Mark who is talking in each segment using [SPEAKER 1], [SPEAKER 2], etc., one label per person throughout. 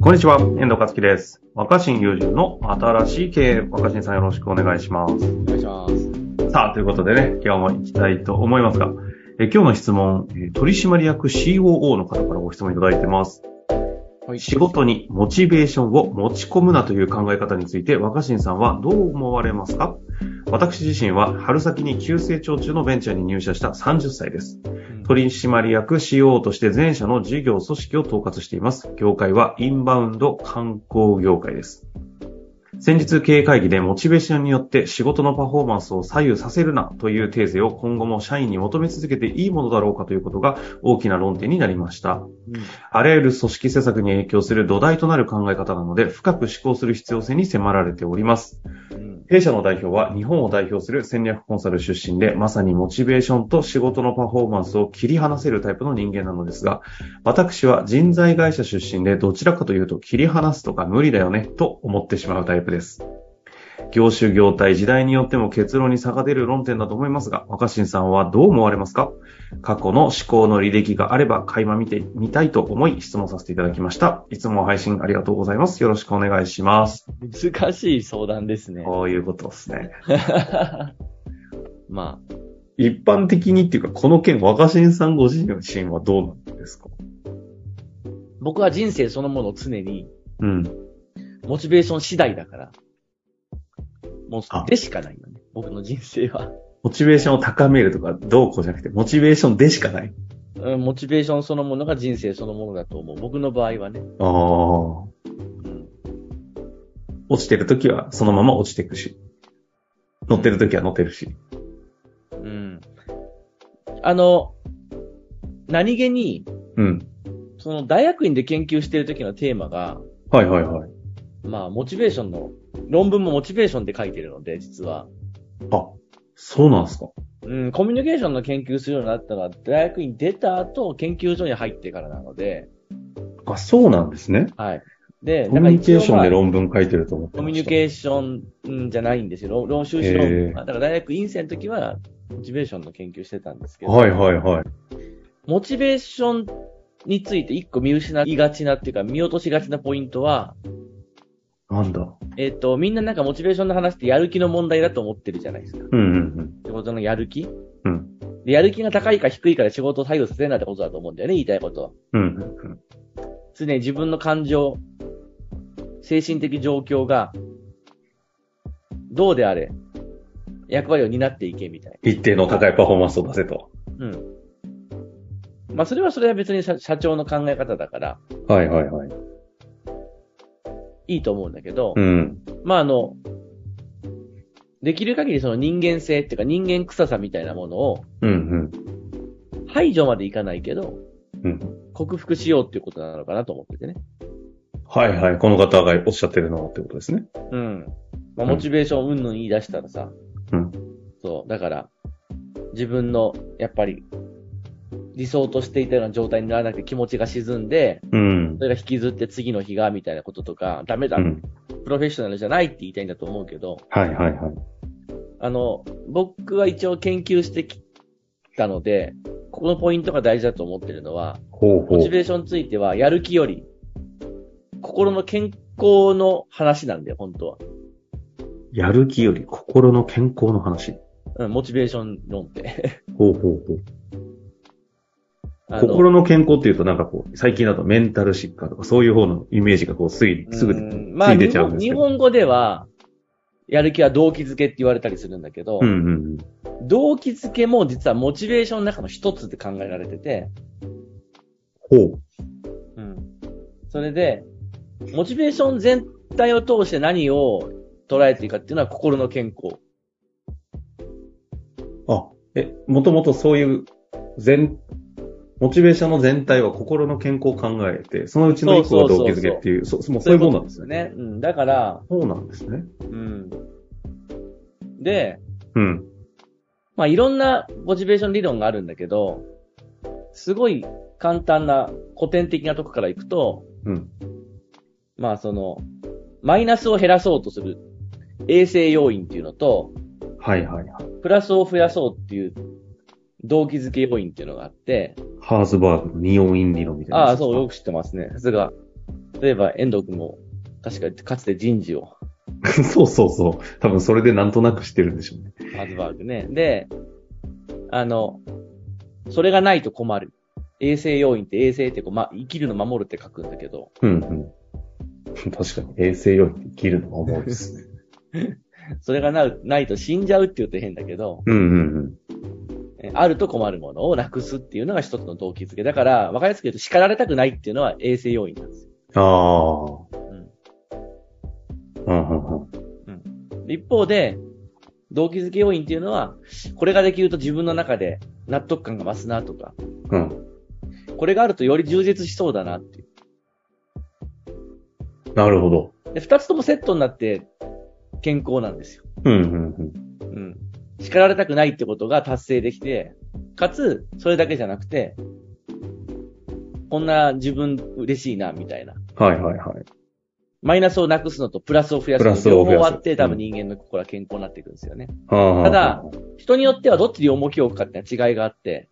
[SPEAKER 1] こんにちは、遠藤和樹です。若新友人の新しい経営、若新さんよろしくお願いします。
[SPEAKER 2] お願いします。
[SPEAKER 1] さあ、ということでね、今日も行きたいと思いますが、え今日の質問、えー取締役 COO の方からご質問いただいてます。
[SPEAKER 2] はい
[SPEAKER 1] 仕事にモチベーションを持ち込むなという考え方について若新さんはどう思われますか私自身は春先に急成長中のベンチャーに入社した30歳です。取締役 COO として全社の事業組織を統括しています。業界はインバウンド観光業界です。先日経営会議でモチベーションによって仕事のパフォーマンスを左右させるなという訂正を今後も社員に求め続けていいものだろうかということが大きな論点になりました。あらゆる組織施策に影響する土台となる考え方なので深く思考する必要性に迫られております。
[SPEAKER 2] うん
[SPEAKER 1] 弊社の代表は日本を代表する戦略コンサル出身で、まさにモチベーションと仕事のパフォーマンスを切り離せるタイプの人間なのですが、私は人材会社出身でどちらかというと切り離すとか無理だよねと思ってしまうタイプです。業種業態時代によっても結論に差が出る論点だと思いますが、若新さんはどう思われますか過去の思考の履歴があれば垣間見てみたいと思い質問させていただきました。いつも配信ありがとうございます。よろしくお願いします。
[SPEAKER 2] 難しい相談ですね。
[SPEAKER 1] こういうことですね。
[SPEAKER 2] まあ、
[SPEAKER 1] 一般的にっていうか、この件、若新さんご自身のシーンはどうなんですか
[SPEAKER 2] 僕は人生そのものを常に、
[SPEAKER 1] うん。
[SPEAKER 2] モチベーション次第だから、もう
[SPEAKER 1] あ、
[SPEAKER 2] でしかないよね。僕の人生は。
[SPEAKER 1] モチベーションを高めるとか、どうこうじゃなくて、モチベーションでしかない。
[SPEAKER 2] うん、モチベーションそのものが人生そのものだと思う。僕の場合はね。
[SPEAKER 1] ああ。
[SPEAKER 2] うん、
[SPEAKER 1] 落ちてるときは、そのまま落ちていくし。乗ってるときは乗ってるし。
[SPEAKER 2] うん。あの、何気に、
[SPEAKER 1] うん。
[SPEAKER 2] その大学院で研究してる時のテーマが、
[SPEAKER 1] はいはいはい。
[SPEAKER 2] まあ、モチベーションの、論文もモチベーションで書いてるので、実は。
[SPEAKER 1] あ、そうなんですか。
[SPEAKER 2] うん、コミュニケーションの研究するようになったのは、大学に出た後、研究所に入ってからなので、
[SPEAKER 1] あ、そうなんですね。
[SPEAKER 2] はい。で、
[SPEAKER 1] コミュニケーションで
[SPEAKER 2] なんか一応まあ
[SPEAKER 1] 論文書いてると思って
[SPEAKER 2] コ
[SPEAKER 1] ま
[SPEAKER 2] ミュ
[SPEAKER 1] し
[SPEAKER 2] ニ
[SPEAKER 1] た。
[SPEAKER 2] ケーションうんじゃないんですよ。論論修士論、
[SPEAKER 1] へー
[SPEAKER 2] だから大学院生の時は、モチベーションの研究してたんですけど、
[SPEAKER 1] はいはいはい。
[SPEAKER 2] モチベーションについて一個見失いがちなっていうか、見落としがちなポイントは、
[SPEAKER 1] なんだ。
[SPEAKER 2] えっ、と、みんななんかモチベーションの話ってやる気の問題だと思ってるじゃないですか。
[SPEAKER 1] うんうん
[SPEAKER 2] 仕事のやる気
[SPEAKER 1] うん。うん。
[SPEAKER 2] で、やる気が高いか低いかで仕事を左右させるなってことだと思うんだよね、言いたいことは。
[SPEAKER 1] うんうん
[SPEAKER 2] 常に自分の感情、精神的状況が、どうであれ、役割を担っていけみたい
[SPEAKER 1] うん。一定の高いパフォーマンスを出せと。
[SPEAKER 2] な。うん。まあ、それはそれは別に社社長の考え方だから、
[SPEAKER 1] はいはいはい。
[SPEAKER 2] いいと思うんだけど、
[SPEAKER 1] うん。
[SPEAKER 2] まあ、あの、できる限りその人間性っていうか人間臭さみたいなものを
[SPEAKER 1] うん
[SPEAKER 2] 排除までいかないけど、
[SPEAKER 1] うん。うん。
[SPEAKER 2] 克服しようっていうことなのかなと思っててね。
[SPEAKER 1] はいはい。この方がおっしゃってるのってことですね。
[SPEAKER 2] うん。まあ、
[SPEAKER 1] うん
[SPEAKER 2] モチベーションうんぬん言い出したらさ。
[SPEAKER 1] うん
[SPEAKER 2] そう。だから、自分の、やっぱり、理想としていたような状態にならなくて気持ちが沈んで、
[SPEAKER 1] うん
[SPEAKER 2] そ。れが引きずって次の日が、みたいなこととか、ダメだ、
[SPEAKER 1] うん。
[SPEAKER 2] プロフェッショナルじゃないって言いたいんだと思うけど、
[SPEAKER 1] はいはいはい。
[SPEAKER 2] あの、僕は一応研究してきたので、ここのポイントが大事だと思ってるのは、
[SPEAKER 1] ほうほ
[SPEAKER 2] モチ
[SPEAKER 1] う。
[SPEAKER 2] ベーションについては、やる気より、心の健康の話なんだよ、本当は。
[SPEAKER 1] やる気より心の健康の話。
[SPEAKER 2] うん、モチベーション論って。
[SPEAKER 1] ほうほうほう。
[SPEAKER 2] あの
[SPEAKER 1] 心の健康っていうとなんかこう、最近だとメンタル疾患とかそういう方のイメージがこう、すぐ、すぐ、
[SPEAKER 2] うんまあ
[SPEAKER 1] つい
[SPEAKER 2] 日
[SPEAKER 1] 出ちゃうん
[SPEAKER 2] 本、
[SPEAKER 1] ですけ
[SPEAKER 2] 日
[SPEAKER 1] ど
[SPEAKER 2] 本語では、やる気は動機づけって言われたりするんだけど、
[SPEAKER 1] うんうんうん。
[SPEAKER 2] 動機づけも実はモチベーションの中の一つって考えられてて、
[SPEAKER 1] ほう。
[SPEAKER 2] それで、モチベーション全体を通して何を捉えていいかっていうのは心の健康。
[SPEAKER 1] あ、え、もともとそういう、全、モチベーションの全体は心の健康を考えて、そのうちの一個が動機づけっていう、そそもうそういうもんなんですよね。
[SPEAKER 2] ね。うん。だから、
[SPEAKER 1] そうなんですね。
[SPEAKER 2] うん。で、
[SPEAKER 1] うん。
[SPEAKER 2] まあいろんなモチベーション理論があるんだけど、すごい簡単な古典的なとこからいくと、
[SPEAKER 1] うん。
[SPEAKER 2] まあその、マイナスを減らそうとする衛生要因っていうのと、
[SPEAKER 1] はいはいはい。
[SPEAKER 2] プラスを増やそうっていう動機づけ要因っていうのがあって、
[SPEAKER 1] ハーズバーグの二要因理論みたいなや
[SPEAKER 2] あ
[SPEAKER 1] つ
[SPEAKER 2] あ、
[SPEAKER 1] ですか。
[SPEAKER 2] そう、よく知ってますね。さすが。例えば遠藤君も、確かかつて人事を、
[SPEAKER 1] そうそうそう。多分それでなんとなくしてるんでしょうね。
[SPEAKER 2] ハズバーグね。で、あの、それがないと困る。衛生要因って衛生ってこう、ま、生きるの守るって書くんだけど、
[SPEAKER 1] うんうん。確かに、衛生より生きるのが重いですね。
[SPEAKER 2] それがなないと死んじゃうって言うと変だけど、
[SPEAKER 1] うんうんうん。
[SPEAKER 2] えあると困るものをなくすっていうのが一つの動機づけ。だから、わかりやすく言うと叱られたくないっていうのは衛生要因なんですよ。
[SPEAKER 1] ああ。う
[SPEAKER 2] うん
[SPEAKER 1] んうんうん。
[SPEAKER 2] で一方で、動機づけ要因っていうのは、これができると自分の中で納得感が増すなとか、
[SPEAKER 1] うん。
[SPEAKER 2] これがあるとより充実しそうだなっていう。
[SPEAKER 1] なるほど。
[SPEAKER 2] で、二つともセットになって健康なんですよ。
[SPEAKER 1] うんうんうん。
[SPEAKER 2] うん。叱られたくないってことが達成できて、かつ、それだけじゃなくて、こんな自分嬉しいな、みたいな。
[SPEAKER 1] はいはいはい。
[SPEAKER 2] マイナスをなくすのとプラスを増やすの
[SPEAKER 1] プラス
[SPEAKER 2] 両
[SPEAKER 1] を
[SPEAKER 2] 方
[SPEAKER 1] 増やす
[SPEAKER 2] あって多
[SPEAKER 1] う
[SPEAKER 2] 分
[SPEAKER 1] ん
[SPEAKER 2] 人間の心は健康になっていくんですよね。
[SPEAKER 1] た
[SPEAKER 2] ただ、人によってはどっちに重きを置くかっていうのは違いがあって、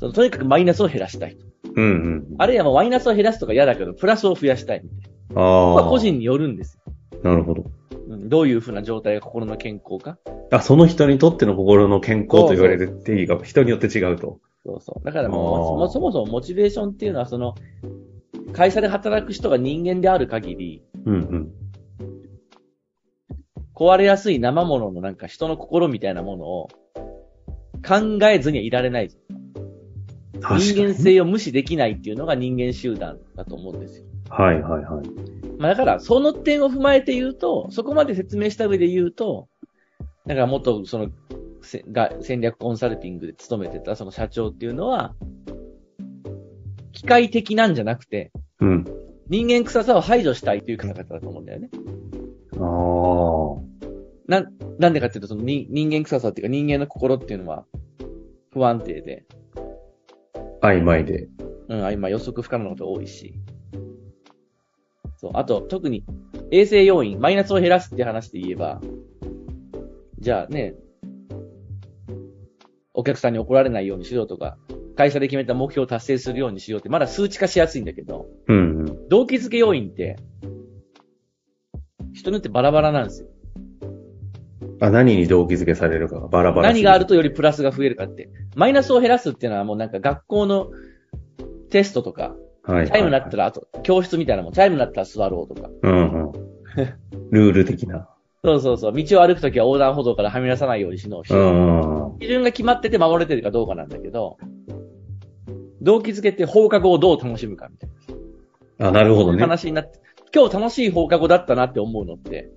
[SPEAKER 2] そのとにかくマイナスを減らしたいと。
[SPEAKER 1] うんうん。
[SPEAKER 2] あるいはもうマイナスを減らすとか嫌だけど、プラスを増やしたいみたい
[SPEAKER 1] あ
[SPEAKER 2] な。ここは
[SPEAKER 1] あ。
[SPEAKER 2] 個人によるんですよ。
[SPEAKER 1] なるほど。
[SPEAKER 2] うん、どういうふうな状態が心の健康か。
[SPEAKER 1] あ、その人にとっての心の健康と言われる定義が人によって違うと。
[SPEAKER 2] そうそう。だからも
[SPEAKER 1] あ
[SPEAKER 2] う、
[SPEAKER 1] ー
[SPEAKER 2] もそもそもモチベーションっていうのは、その、会社で働く人が人間である限り、
[SPEAKER 1] うんうん。
[SPEAKER 2] 壊れやすい生もののなんか人の心みたいなものを考えずにはいられない。人間性を無視できないっていうのが人間集団だと思うんですよ。
[SPEAKER 1] はいはいはい。
[SPEAKER 2] まあだから、その点を踏まえて言うと、そこまで説明した上で言うと、だから元、その、せが戦略コンサルティングで勤めてたその社長っていうのは、機械的なんじゃなくて、
[SPEAKER 1] うん。
[SPEAKER 2] 人間臭さを排除したいという考え方だと思うんだよね。
[SPEAKER 1] ああ。
[SPEAKER 2] なん、なんでかっていうと、その人人間臭さっていうか人間の心っていうのは不安定で、
[SPEAKER 1] 曖昧で。
[SPEAKER 2] うん、あ今予測不可能なことが多いし。そう、あと、特に、衛生要因、マイナスを減らすって話で言えば、じゃあね、お客さんに怒られないようにしようとか、会社で決めた目標を達成するようにしようって、まだ数値化しやすいんだけど、
[SPEAKER 1] うんうん。
[SPEAKER 2] 動機づけ要因って、人によってバラバラなんですよ。
[SPEAKER 1] あ、何に動機づけされるかがバラバラ。
[SPEAKER 2] 何があるとよりプラスが増えるかって。マイナスを減らすっていうのはもうなんか学校のテストとか、
[SPEAKER 1] はいはい。
[SPEAKER 2] チャイムなったら、あと、教室みたいなもん、チャイムなったら座ろうとか。
[SPEAKER 1] うんうん。ルール的な。
[SPEAKER 2] そうそうそう。道を歩くときは横断歩道からはみ出さないようにしの。
[SPEAKER 1] うんうん。
[SPEAKER 2] 基準が決まってて守れてるかどうかなんだけど、動機づけって放課後をどう楽しむかみたいな。
[SPEAKER 1] あ、なるほどね。
[SPEAKER 2] 話になって、今日楽しい放課後だったなって思うのって、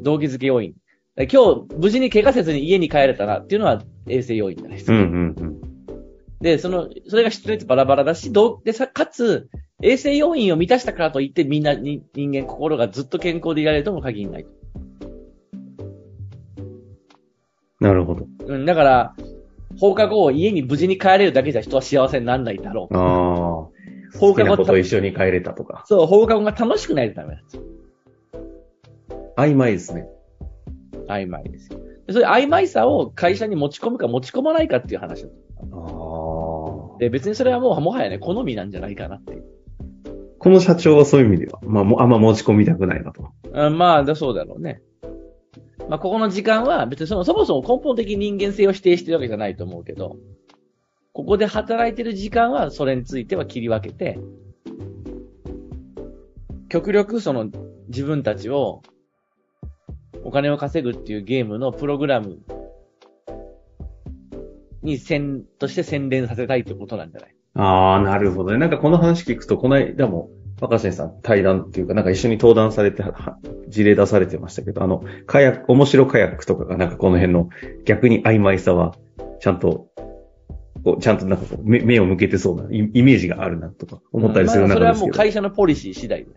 [SPEAKER 2] 動機づけ要因。今日無事に怪我せずに家に帰れたなっていうのは衛生要因じゃないです
[SPEAKER 1] う
[SPEAKER 2] か。
[SPEAKER 1] んうんうん。
[SPEAKER 2] で、その、それが人によってバラバラだし、どう、で、さ、かつ、衛生要因を満たしたからといってみんなに人間心がずっと健康でいられるとも限らない。
[SPEAKER 1] なるほど。
[SPEAKER 2] うん、だから、放課後、家に無事に帰れるだけじゃ人は幸せにならないだろう。
[SPEAKER 1] ああ。
[SPEAKER 2] 放
[SPEAKER 1] 好
[SPEAKER 2] 課
[SPEAKER 1] き
[SPEAKER 2] 後
[SPEAKER 1] な子と一緒に帰れたとか。
[SPEAKER 2] そう、放課後が楽しくないとダメなんですよ。
[SPEAKER 1] 曖昧ですね。
[SPEAKER 2] 曖昧ですよ。でそれ曖昧さを会社に持ち込むか持ち込まないかっていう話だと
[SPEAKER 1] ああ。
[SPEAKER 2] で、別にそれはもう、もはやね、好みなんじゃないかなっていう。
[SPEAKER 1] この社長はそういう意味では、まあ、もうあんま持ち込みたくないなと。
[SPEAKER 2] うん、まあ、だそうだろうね。まあ、ここの時間は別にその、そもそも根本的に人間性を否定してるわけじゃないと思うけど、ここで働いてる時間はそれについては切り分けて、極力その自分たちをお金を稼ぐっていうゲームのプログラムに専、として洗練させたいってことなんじゃない
[SPEAKER 1] ああ、なるほどね。なんかこの話聞くと、この間も、若新さん対談っていうか、なんか一緒に登壇されて、は事例出されてましたけど、あの、カヤック、面白カヤックとかが、なんかこの辺の逆に曖昧さは、ちゃんと、こうちゃんとなんかこう目、目を向けてそうなイイメージがあるなとか思ったりする
[SPEAKER 2] うんまあそ
[SPEAKER 1] 中
[SPEAKER 2] れは
[SPEAKER 1] です
[SPEAKER 2] もう
[SPEAKER 1] けど、
[SPEAKER 2] 会社のポリシー次第で。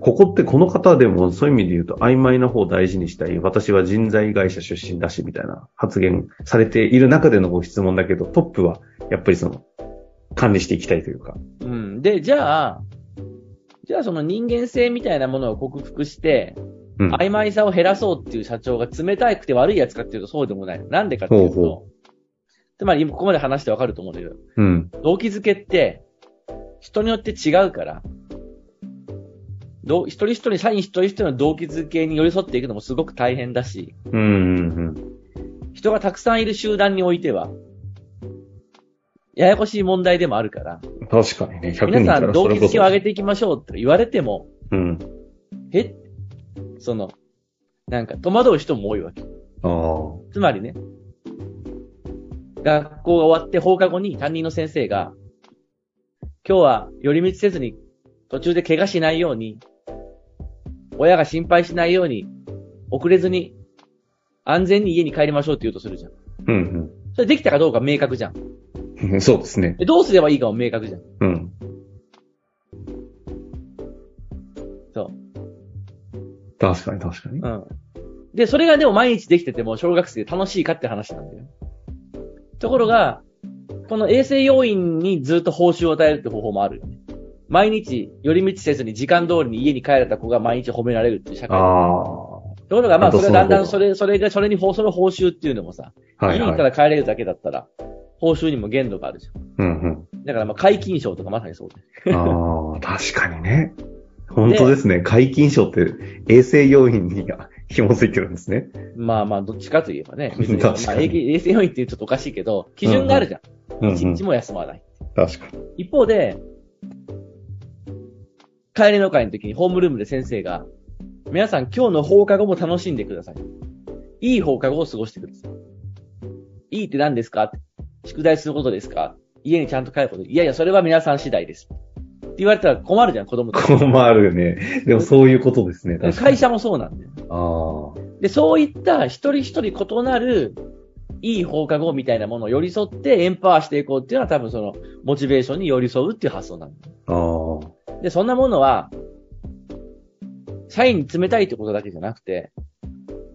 [SPEAKER 1] ここってこの方でもそういう意味で言うと曖昧な方を大事にしたい、私は人材会社出身だしみたいな発言されている中でのご質問だけど、トップはやっぱりその、管理していきたいというか。
[SPEAKER 2] うん。で、じゃあ、じゃあその人間性みたいなものを克服して、
[SPEAKER 1] うん。
[SPEAKER 2] 曖昧さを減らそうっていう社長が冷たくて悪いやつかっていうとそうでもない。なんでかっていうと、
[SPEAKER 1] ほうほ
[SPEAKER 2] つまり今ここまで話してわかると思うんだけど、
[SPEAKER 1] うん。
[SPEAKER 2] 動機づけって、人によって違うから、どう一人一人、社員一人一人の動機づけに寄り添っていくのもすごく大変だし、
[SPEAKER 1] うんうん
[SPEAKER 2] 人がたくさんいる集団においては、ややこしい問題でもあるから、
[SPEAKER 1] うん。確かにね、100人
[SPEAKER 2] 皆
[SPEAKER 1] いた
[SPEAKER 2] さ
[SPEAKER 1] ら
[SPEAKER 2] ん
[SPEAKER 1] そ
[SPEAKER 2] 動
[SPEAKER 1] れ
[SPEAKER 2] 機
[SPEAKER 1] こ
[SPEAKER 2] づ
[SPEAKER 1] そ
[SPEAKER 2] けを上げていきましょうって言われても、
[SPEAKER 1] うん。
[SPEAKER 2] えその、なんか戸惑う人も多いわけ。
[SPEAKER 1] ああ。
[SPEAKER 2] つまりね、学校が終わって放課後に担任の先生が、今日は寄り道せずに途中で怪我しないように、親が心配しないように、遅れずに安全に家に帰りましょうって言うとするじゃん。
[SPEAKER 1] うん
[SPEAKER 2] それできたかどうか明確じゃん。
[SPEAKER 1] うん。 そうですね。
[SPEAKER 2] でどうすればいいかも明確じゃん。
[SPEAKER 1] うん。
[SPEAKER 2] そう。
[SPEAKER 1] 確かに確かに。
[SPEAKER 2] うん。で、それがでも毎日できてても小学生で楽しいかって話なんだよ。ところが、この衛生要員にずっと報酬を与えるって方法もあるよね。毎日寄り道せずに時間通りに家に帰れた子が毎日褒められるっていう社
[SPEAKER 1] あ
[SPEAKER 2] 会。
[SPEAKER 1] あ。
[SPEAKER 2] ところが、まあ、
[SPEAKER 1] あと
[SPEAKER 2] それはだんだん
[SPEAKER 1] そ
[SPEAKER 2] そ
[SPEAKER 1] の
[SPEAKER 2] れ、それが、それに報、その報酬っていうのもさ、
[SPEAKER 1] はい
[SPEAKER 2] 家に
[SPEAKER 1] はい
[SPEAKER 2] た。だ帰れるだけだったら、報酬にも限度があるじゃ
[SPEAKER 1] うん
[SPEAKER 2] ん。だから、まあ、解禁賞とかまさにそうで。
[SPEAKER 1] うん。ああ、 確かにね。本当ですね。解禁賞って衛生要員に 紐づいてるんですね。
[SPEAKER 2] まあまあ、どっちかといえばね、別に、ま あ、
[SPEAKER 1] 確かに
[SPEAKER 2] 衛生要員って言うとちょっとおかしいけど、基準があるじゃ
[SPEAKER 1] うん
[SPEAKER 2] ん。一、
[SPEAKER 1] うん
[SPEAKER 2] 日。も休まない。
[SPEAKER 1] 確かに。
[SPEAKER 2] 一方で、帰りの会の時にホームルームで先生が、皆さん今日の放課後も楽しんでください。いい放課後を過ごしてください。いいって何ですか宿題することですか家にちゃんと帰ること。いやいや、それは皆さん次第です。って言われたら困るじゃん、子供たち。
[SPEAKER 1] 困るね。でもそういうことですね。確か
[SPEAKER 2] 会
[SPEAKER 1] に。
[SPEAKER 2] 社もそうなんだよ。
[SPEAKER 1] ああ。
[SPEAKER 2] で、そういった一人一人異なる、いい放課後みたいなものを寄り添ってエンパワーしていこうっていうのは多分その、モチベーションに寄り添うっていう発想なんだよ
[SPEAKER 1] ああ。
[SPEAKER 2] で、そんなものは、社員に冷たいってことだけじゃなくて、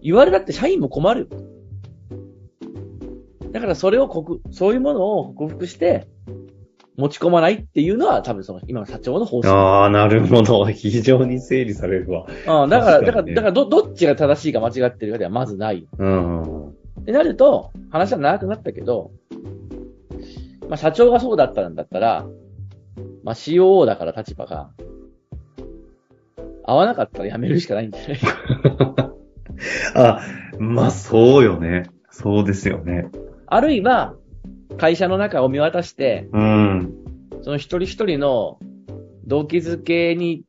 [SPEAKER 2] 言われたって社員も困るよ。だからそれを克服、そういうものを克服して、持ち込まないっていうのは多分その今の社長の方針。
[SPEAKER 1] ああ、なるほど。 非常に整理されるわ。
[SPEAKER 2] うん、だから、
[SPEAKER 1] 確か
[SPEAKER 2] だか、
[SPEAKER 1] らにね
[SPEAKER 2] だからど、どっちが正しいか間違ってるかではまずない。
[SPEAKER 1] うん。うん
[SPEAKER 2] ってなると、話は長くなったけど、まあ、社長がそうだったんだったら、まあ、COO だから立場が、合わなかったら辞めるしかないんじゃない
[SPEAKER 1] あ、まあそうよね。そうですよね。
[SPEAKER 2] あるいは、会社の中を見渡して、
[SPEAKER 1] うん。
[SPEAKER 2] その一人一人の動機づけに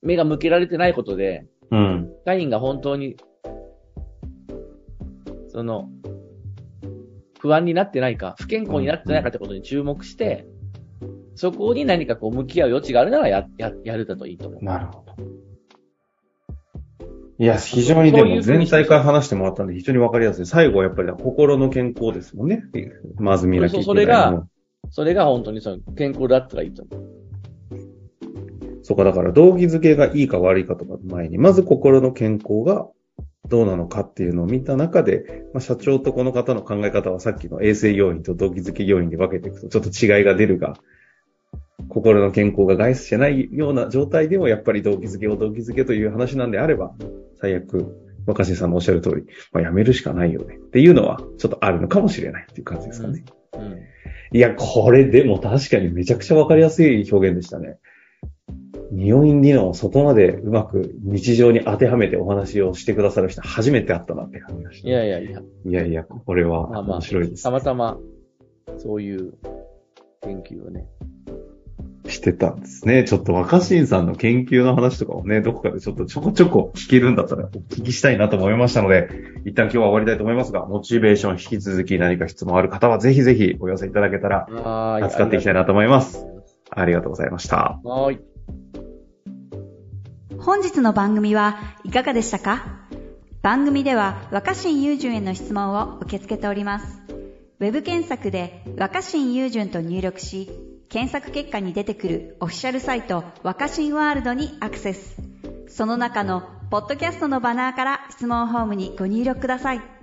[SPEAKER 2] 目が向けられてないことで、
[SPEAKER 1] うん。
[SPEAKER 2] 社員が本当に、その、不安になってないか、不健康になってないかってことに注目して、そこに何かこう向き合う余地があるならや、や、やるだといいと思う。
[SPEAKER 1] なるほど。いや、非常にで
[SPEAKER 2] そうい
[SPEAKER 1] も
[SPEAKER 2] うふうに
[SPEAKER 1] 全体から話してもらったんで非常にわかりやすい。最後はやっぱり心の健康ですもんね。まず見なきゃいけないのは。
[SPEAKER 2] そうそれがそれが本当にその健康だったらいいと思う。
[SPEAKER 1] そうか、だから動機づけがいいか悪いかとかの前に、まず心の健康がどうなのかっていうのを見た中で、まあ、社長とこの方の考え方はさっきの衛生要因と動機づけ要因で分けていくとちょっと違いが出るが、心の健康が外出してないような状態でもやっぱり動機づけを動機づけという話なんであれば、最悪、若新さんのおっしゃる通り、まあ、やめるしかないよねっていうのはちょっとあるのかもしれないっていう感じですかね。
[SPEAKER 2] うん。
[SPEAKER 1] いや、これでも確かにめちゃくちゃわかりやすい表現でしたね。匂い理論をそこまでうまく日常に当てはめてお話をしてくださる人初めて会ったなって感じがし
[SPEAKER 2] い
[SPEAKER 1] た。い
[SPEAKER 2] やいやいや、
[SPEAKER 1] やいや、これは
[SPEAKER 2] まあまあ
[SPEAKER 1] 面白いです。
[SPEAKER 2] たまたま、そういう研究をね。
[SPEAKER 1] してたんですね。ちょっと若新さんの研究の話とかをね、どこかでちょっとちょこちょこ聞けるんだったらお聞きしたいなと思いましたので、一旦今日は終わりたいと思いますが、モチベーション引き続き何か質問ある方はぜひぜひお寄せいただけたら
[SPEAKER 2] はー
[SPEAKER 1] 扱っていきたいなと思います。ありがとうございました。
[SPEAKER 2] はーい。
[SPEAKER 3] 本日の番組はいかがでしたか番組では若新雄純への質問を受け付けております。ウェブ検索で若新雄純と入力し、検索結果に出てくるオフィシャルサイト若新ワールドにアクセス。その中のポッドキャストのバナーから質問フォームにご入力ください。